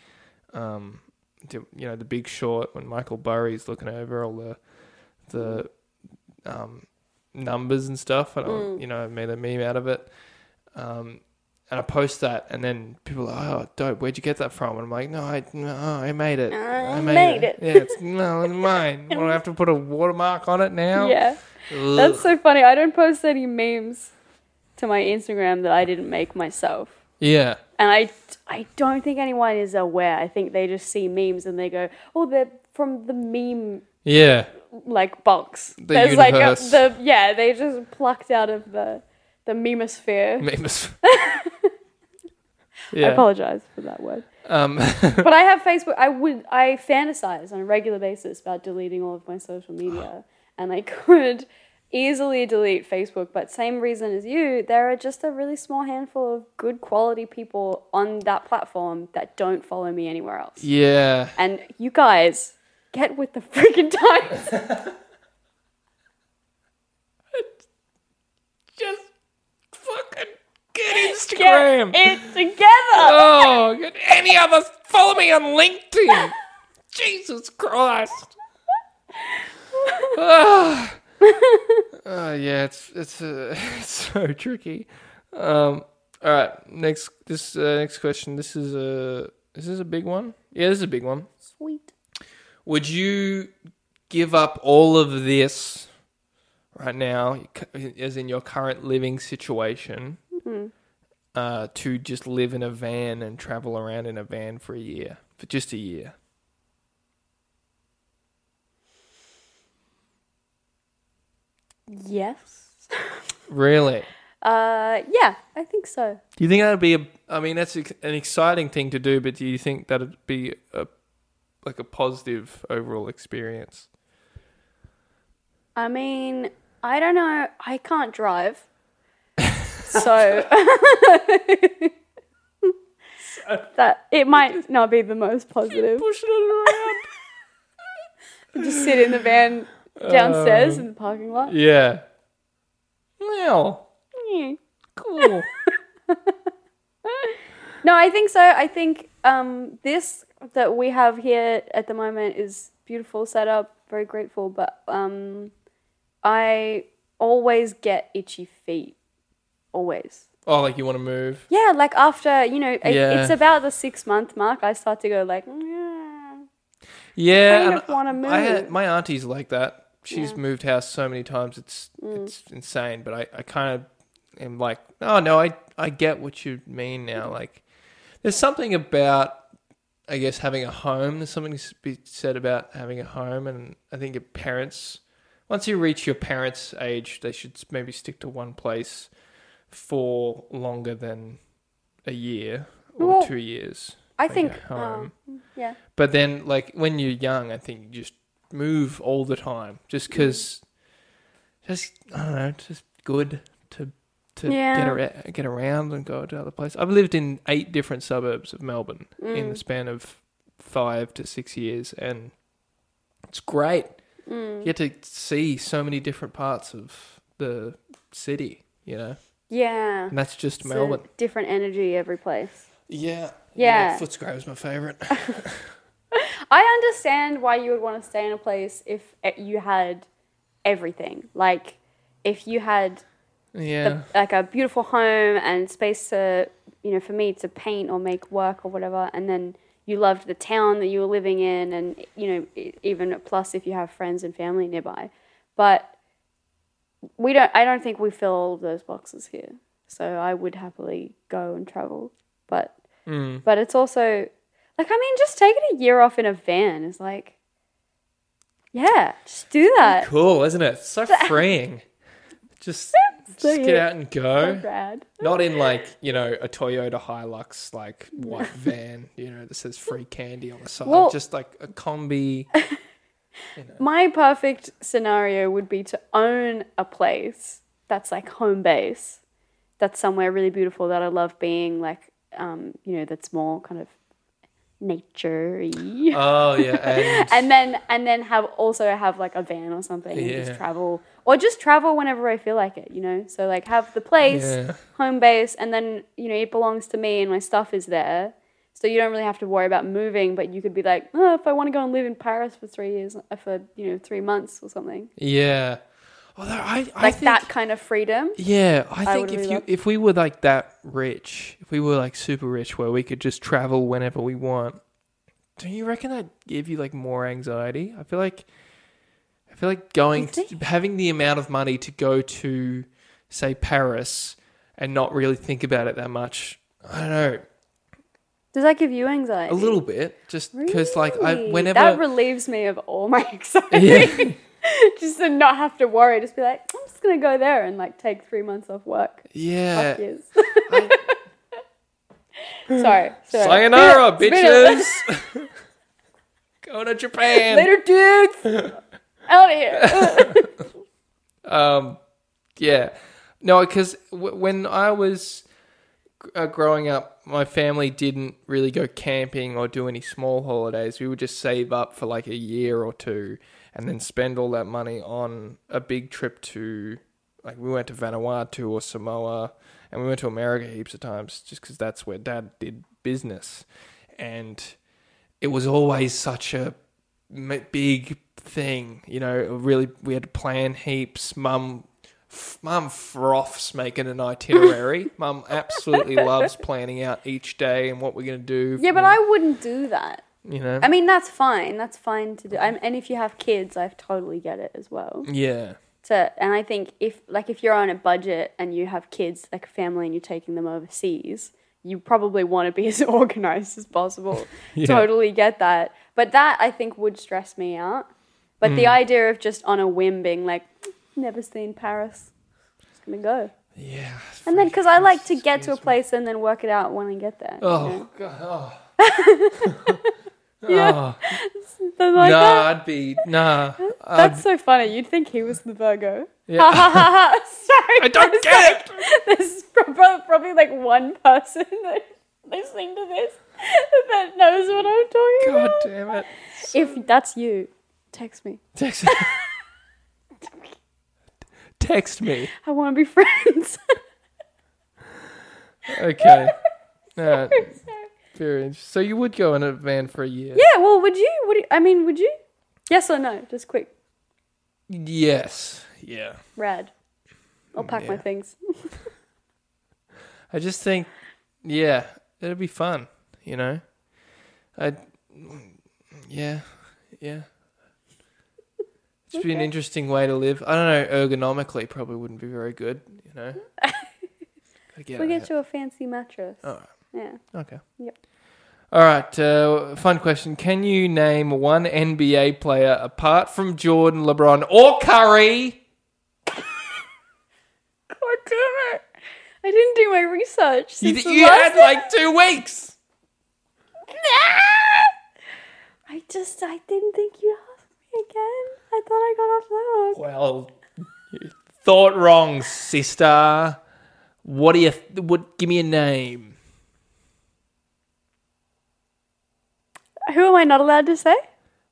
B: um, do- you know, The Big Short when Michael Burry's looking over all the the um, numbers and stuff, and I'll,
A: Mm.
B: you know, I made a meme out of it. Um, and I post that, and then people are like, "Oh, dope! Where'd you get that from?" And I'm like, "No, I, no, I made it.
A: I Ah, made it."
B: Yeah, it's no, it's mine. Well, I have to put a watermark on it now.
A: Yeah,
B: Ugh.
A: that's so funny. I don't post any memes to my Instagram that I didn't make myself.
B: yeah,
A: And I, I don't think anyone is aware. I think they just see memes and they go, oh, they're from the meme
B: yeah,
A: like box.
B: The
A: like
B: universe.
A: the yeah, they just plucked out of the the memosphere.
B: memes.
A: I
B: yeah,
A: apologize for that word.
B: um,
A: but I have Facebook. I would I fantasize on a regular basis about deleting all of my social media, and I could easily delete Facebook. But same reason as you, there are just a really small handful of good quality people on that platform that don't follow me anywhere else.
B: yeah.
A: And you guys, get with the freaking times.
B: Just fucking get
A: Get
B: Instagram.
A: it together.
B: oh, get any other. Follow me on LinkedIn. Jesus Christ. Ah. Uh, yeah, it's it's, uh, it's so tricky. Um, all right, next this uh, next question. This is a is this a big one? Yeah, this is a big one.
A: Sweet.
B: Would you give up all of this right now, as in your current living situation,
A: Mm-hmm.
B: uh, to just live in a van and travel around in a van for a year, for just a year?
A: Yes.
B: Really?
A: Uh, yeah, I think so.
B: Do you think that'd be a? I mean, that's ex- an exciting thing to do, but do you think that'd be a like a positive overall experience?
A: I mean, I don't know. I can't drive. so that it might not be the most positive.
B: Pushing it
A: Just sit in the van downstairs in the parking lot.
B: around. yeah. Well,
A: Yeah.
B: cool.
A: No, I think so. I think um, this that we have here at the moment is beautiful setup. Very grateful, but um, I always get itchy feet. Always.
B: Oh, like you want to move?
A: Yeah, like after you know, it,
B: Yeah.
A: it's about the six month mark. I start to go like, "Mm,
B: Yeah,
A: Kind
B: and
A: of wanna
B: I had-
A: move.
B: my auntie's like that. She's
A: Yeah. Mm.
B: moved house so many times. It's it's insane. But I, I kind of am like, oh no, I I get what you mean
A: Mm.
B: now. Like, there's something about I guess having a home. There's something to be said about having a home, and I think your parents. Once you reach your parents' age, they should maybe stick to one place for longer than a year or
A: Well,
B: two years.
A: I
B: Like a
A: think.
B: home.
A: um, yeah.
B: But then, like when you're young, I think you just move all the time, just
A: Mm.
B: because, just I don't know, it's just good to to get
A: Yeah.
B: around, get around and go to other places. I've lived in eight different suburbs of Melbourne
A: mm,
B: in the span of five to six years, and it's great.
A: Mm.
B: You get to see so many different parts of the city, you know,
A: Yeah.
B: and that's just
A: It's a
B: Melbourne.
A: different energy every place.
B: Yeah,
A: Yeah.
B: Footscray was my favorite.
A: I understand why you would want to stay in a place if eh, you had everything. Like if you had
B: yeah.
A: a, like a beautiful home and space to, you know, for me to paint or make work or whatever, and then you loved the town that you were living in, and you know, e- even plus if you have friends and family nearby. But we don't. I don't think we fill all of those boxes here. So I would happily go and travel, but
B: Mm.
A: but it's also like I mean, just taking a year off in a van is like, yeah, just do that.
B: cool, isn't it? So freeing. Just,
A: So
B: just get
A: yeah.
B: out and go.
A: Brad.
B: Not in like, you know, a Toyota Hilux like white van, you know, that says free candy on the side.
A: Well-
B: Just like a combi.
A: My perfect scenario would be to own a place that's like home base, that's somewhere really beautiful that I love being, like, um, you know, that's more kind of nature y.
B: Oh yeah. And,
A: And then and then have also have like a van or something and
B: Yeah.
A: just travel or just travel whenever I feel like it, you know? So like have the place,
B: Yeah.
A: home base, and then, you know, it belongs to me and my stuff is there. So you don't really have to worry about moving, but you could be like, oh, if I want to go and live in Paris for three years, uh, for you know three months or something,
B: yeah. Although I, I
A: like
B: think,
A: that kind of freedom.
B: Yeah, I
A: would
B: think if
A: really
B: you
A: love-
B: if we were like that rich, if we were like super rich where we could just travel whenever we want, don't you reckon that give you like more anxiety? I feel like I feel like going
A: You think?
B: to, having the amount of money to go to say Paris and not really think about it that much. I don't know,
A: Does that give you anxiety?
B: a little bit, just because like I
A: Really?
B: whenever
A: that relieves me of all my anxiety,
B: Yeah.
A: just to not have to worry. Just be like, I'm just gonna go there and like take three months off work.
B: yeah,
A: Fuck yes.
B: I,
A: sorry, sorry.
B: sayonara,
A: Spit it- spit
B: bitches.
A: it.
B: Go to Japan.
A: Later, dudes. Out of here.
B: Um, yeah, no, because w- when I was gr- uh, growing up, my family didn't really go camping or do any small holidays. We would just save up for like a year or two, and then spend all that money on a big trip to, like, we went to Vanuatu or Samoa, and we went to America heaps of times just because that's where Dad did business, and it was always such a m- big thing. You know, it really, we had to plan heaps. Mum, f- mum froths making an itinerary. mum absolutely loves planning out each day and what we're going to do.
A: yeah, but
B: and,
A: I wouldn't do that.
B: you know,
A: I mean, that's fine. That's fine to do. i and if you have kids, I totally get it as well.
B: yeah,
A: To and I think if like if you're on a budget and you have kids, like a family, and you're taking them overseas, you probably want to be as organized as possible.
B: Yeah.
A: Totally get that. But that I think would stress me out. But
B: Mm.
A: the idea of just on a whim being like, never seen Paris, just gonna go.
B: yeah.
A: And then because I like to get to a
B: scares me.
A: place and then work it out when I get there. you know?
B: Oh god. Oh.
A: Yeah.
B: Oh,
A: But
B: nah,
A: like that-
B: I'd be nah. I'd,
A: That's so funny. You'd think he was the Virgo.
B: Yeah.
A: Ha ha ha ha. Sorry.
B: I don't get it.
A: This is prob- probably like one person that listening to this that knows what I'm talking
B: God
A: about.
B: damn it.
A: If that's you, text me.
B: Text, text me.
A: I want to be friends.
B: Okay. Yeah.
A: So-
B: Very interesting. So you would go in a van for a year?
A: Yeah, well, would you? Would you, I mean, would you? Yes or no? Just quick.
B: Yes. Yeah.
A: Rad. I'll pack my
B: Yeah.
A: things.
B: I just think, yeah, it'd be fun, you know. I, yeah, yeah. It's would be an
A: Okay.
B: interesting way to live. I don't know, ergonomically probably wouldn't be very good, you know. Gotta get
A: we'll
B: out
A: get
B: of
A: you a fancy mattress.
B: here. Alright,
A: Yeah.
B: okay.
A: Yep.
B: All right, uh, fun question. Can you name one NBA player apart from Jordan, LeBron, or Curry?
A: God damn it! I didn't do my research.
B: You,
A: Since
B: d-
A: the
B: you
A: last
B: had like two weeks.
A: Ah! I just, I didn't think you asked me again. I thought I got off the hook.
B: Well, you thought wrong, sister. What do you? What? Give me a name.
A: Who am I not allowed to say?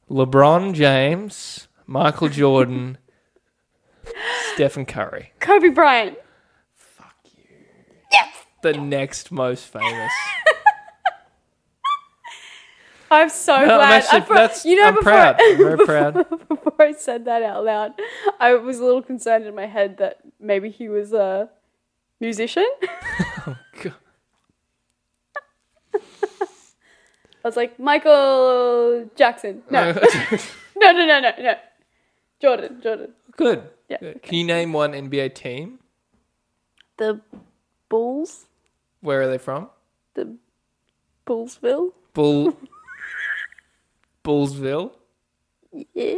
B: LeBron James, Michael Jordan, Stephen Curry.
A: Kobe Bryant.
B: The next most famous.
A: I'm so
B: No,
A: glad.
B: I'm actually,
A: I pro-
B: that's,
A: you know,
B: I'm
A: before,
B: proud. I'm very proud.
A: before I said that out loud, I was a little concerned in my head that maybe he was a musician.
B: Oh, God.
A: I was like, Michael Jackson. No, no, no, no, no, no. Jordan, Jordan.
B: Good.
A: Yeah.
B: Good. Can you name one NBA team?
A: The Bulls,
B: Where are they from?
A: the Bullsville.
B: Bull. Bullsville.
A: Yeah.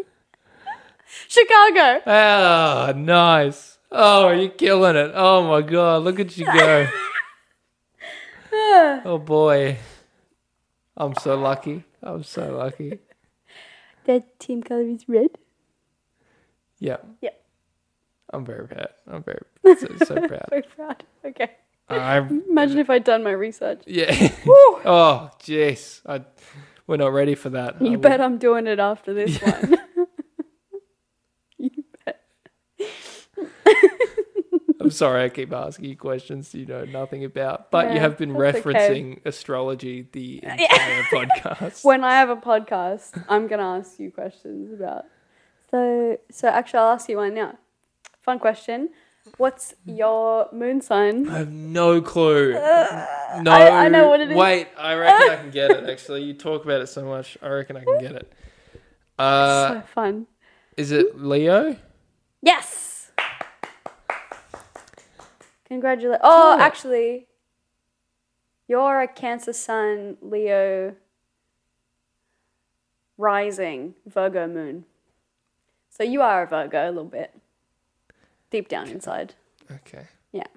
A: Chicago.
B: Ah, nice. Oh, you're killing it. Oh my god, look at you go.
A: Ah.
B: oh boy. I'm so lucky. I'm so lucky.
A: Their team color is red.
B: Yeah.
A: Yeah.
B: I'm very proud. I'm very so, so proud.
A: Very proud. Okay.
B: I'm
A: Imagine if I'd done my research.
B: yeah.
A: Woo!
B: oh, jeez. I we're not ready for that. I
A: You
B: would-
A: bet I'm doing it after this one.
B: I'm sorry I keep asking you questions you know nothing about. But you
A: No,
B: have been
A: that's okay.
B: referencing astrology the entire podcast.
A: When I have a podcast, I'm going to ask you questions about. So, so actually, I'll ask you one now. Fun question. What's your moon sign?
B: I have no clue. no,
A: Uh, I- I know what it is.
B: Wait, I reckon I can get it. Actually, you talk about it so much, I reckon I can get it. Uh,
A: so fun.
B: is it Leo?
A: Yes. Congratulations. Oh,
B: Cool.
A: actually, you're a Cancer Sun, Leo, Rising, Virgo Moon. So you are a Virgo a little bit deep down inside.
B: Okay.
A: Yeah.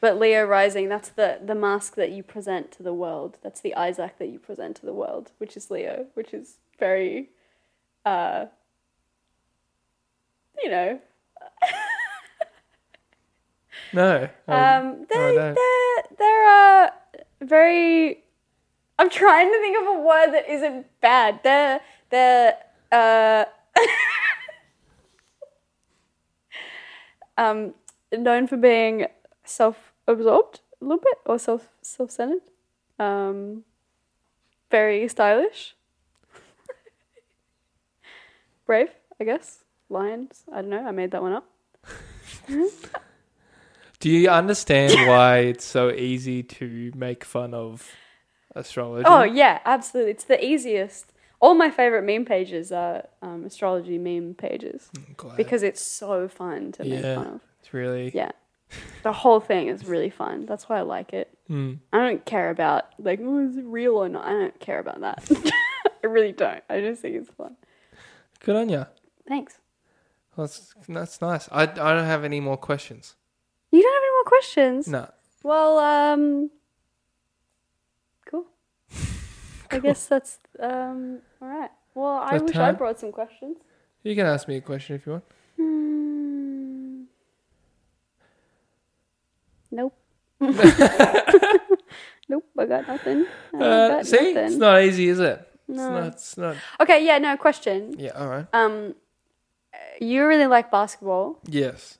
A: But Leo Rising, that's the, the mask that you present to the world. That's the Isaac that you present to the world, which is Leo, which is very, uh, you know,
B: No. Um,
A: Um,
B: no, I
A: they,
B: don't.
A: they're, they're uh, very. I'm trying to think of a word that isn't bad. They're, they're, uh, um, known for being self absorbed a little bit or self self centered. Um, very stylish. Brave, I guess. Lions. I don't know. I made that one up.
B: Do you understand why it's so easy to make fun of astrology?
A: Oh yeah, absolutely. It's the easiest. All my favorite meme pages are um, astrology meme pages
B: I'm glad.
A: because it's so fun to make
B: Yeah.
A: fun of.
B: it's really.
A: Yeah, the whole thing is really fun. That's why I like it.
B: Mm.
A: I don't care about like oh, is it real or not. I don't care about that. I really don't. I just think it's fun.
B: Good on you.
A: Thanks.
B: That's that's nice. I I don't have any more questions.
A: You don't have any more questions.
B: No.
A: Well, um, cool. I guess that's um all right. Well, I
B: That
A: wish I
B: time?
A: brought some questions.
B: You can ask me a question if you want.
A: Hmm. Nope. nope, I got nothing. I
B: Uh,
A: got
B: see, it's
A: nothing.
B: not easy, is it? It's
A: No.
B: not. It's not.
A: okay, yeah, no question.
B: Yeah. All right.
A: Um, you really like basketball.
B: Yes.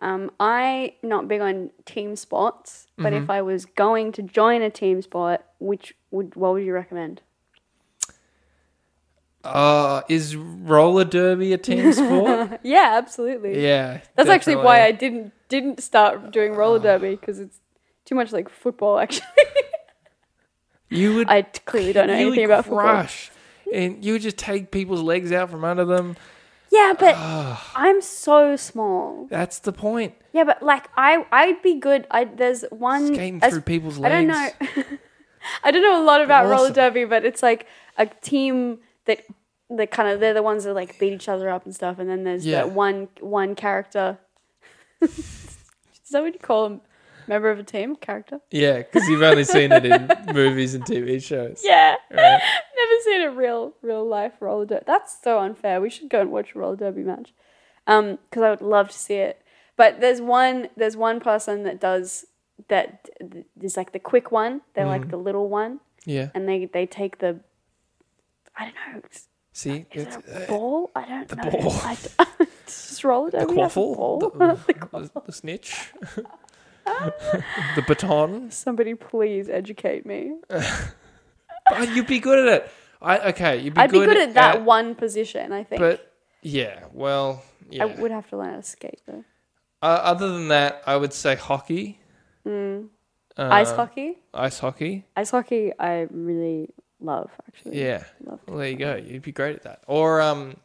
A: Um, I'm not big on team sports, but
B: Mm-hmm.
A: if I was going to join a team sport, which would what would you recommend?
B: Uh, is roller derby a team sport?
A: Yeah, absolutely.
B: yeah.
A: That's actually
B: definitely.
A: why I didn't didn't start doing roller derby because it's too much like football. Actually,
B: you would
A: I clearly don't know
B: you would
A: anything about football.
B: crush, and you would just take people's legs out from under them.
A: Yeah, but I'm so small.
B: That's the point.
A: Yeah, but like I I'd be good. I there's one
B: Skating
A: Um, as-
B: through people's
A: I
B: legs.
A: don't know. I don't know a lot about roller
B: Awesome.
A: derby, but it's like a team that that kind of they're the ones that like beat each other up and stuff, and then there's
B: Yeah.
A: that one one character. Is that what you call a member of a team? Character?
B: Yeah, because you've only seen it in movies and TV shows.
A: Yeah.
B: Right.
A: Never seen a real real life roller derby. That's so unfair. We should go and watch a roller derby match. Um, because I would love to see it. But there's one there's one person that does that is like the quick one. They're
B: Mm-hmm.
A: like the little one,
B: Yeah.
A: and they they take the I don't know. Is
B: See, it's uh,
A: it a ball? I don't know.
B: ball.
A: I d- it's just roller derby.
B: the mm.
A: have a ball?
B: quaffle, the, the, the snitch, the baton.
A: Somebody please educate me.
B: But you'd be good at it. I okay, you'd be
A: I'd be
B: good
A: good at that one position. I think.
B: But yeah, well, yeah.
A: I would have to learn how to skate though.
B: uh, other than that, I would say hockey, Uh,
A: Ice hockey.
B: ice hockey.
A: Ice hockey, I really love actually.
B: Yeah,
A: Love
B: well, there you go. You'd be great at that. Or um,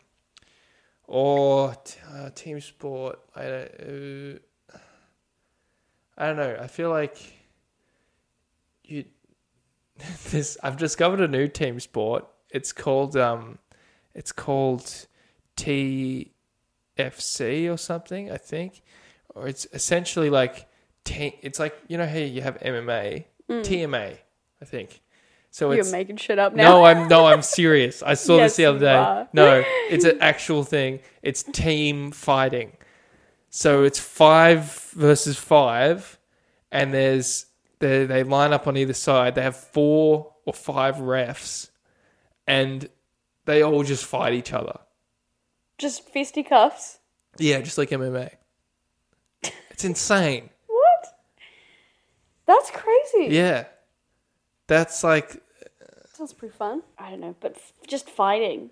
B: or t- uh, team sport. I don't. Uh, I don't know. I feel like you. This I've discovered a new team sport. It's called um, it's called TFC or something. I think, or it's essentially like te- It's like you know how you have MMA,
A: Mm.
B: TMA. I think. So
A: You're
B: it's
A: making shit up now.
B: no, I'm no, I'm serious. I saw
A: Yes,
B: this the other
A: you
B: day.
A: are.
B: No, it's an actual thing. It's team fighting. So it's five versus five, and there's they they line up on either side. They have four or five refs, and they all just fight each other.
A: Just fisticuffs.
B: Yeah, just like MMA. It's insane.
A: What? That's crazy.
B: Yeah, that's like
A: Sounds pretty fun. I don't know, but f- just fighting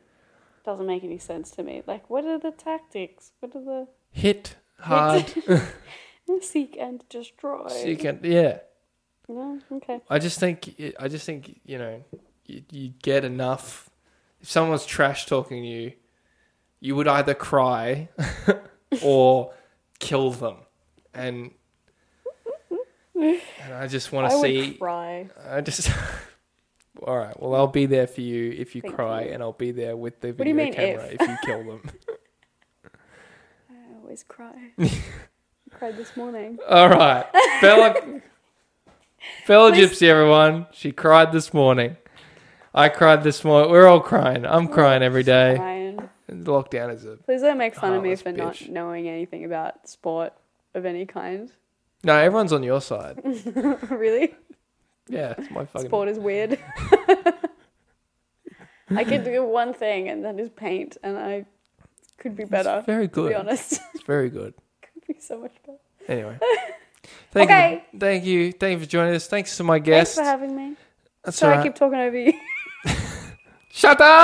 A: doesn't make any sense to me. Like, what are the tactics? What are
B: hit hard.
A: the seek and destroy?
B: so you can yeah.
A: You know? Okay.
B: I just think I just think you know you, you get enough. If someone's trash talking you, you would either cry or kill them, and and I just want
A: I
B: to
A: would
B: see.
A: cry.
B: I just. All right. Well, I'll be there for you if you
A: Thank
B: cry,
A: you.
B: and I'll be there with the
A: do you
B: video
A: mean
B: camera
A: if?
B: if? you kill them.
A: I always cry. I cried this morning.
B: All right, Bella. Bella
A: Please.
B: Gypsy, everyone. She cried this morning. I cried this morning. We're all crying. I'm crying every day.
A: Ryan,
B: Lockdown is a
A: please don't make fun of me
B: Heartless
A: for not
B: Oh, bitch.
A: knowing anything about sport of any kind.
B: no. Everyone's on your side.
A: really?
B: Yeah, it's my fucking.
A: Sport is weird. I could do one thing, and that is paint, and I could be better.
B: It's very
A: To
B: good.
A: be honest,
B: It's very good.
A: could be so much better.
B: Anyway. Thank
A: Okay.
B: You, thank you. Thank you for joining us. Thanks to my guest.
A: Thanks for having me.
B: That's all
A: Sorry, I
B: right.
A: keep talking over you.
B: Shut up.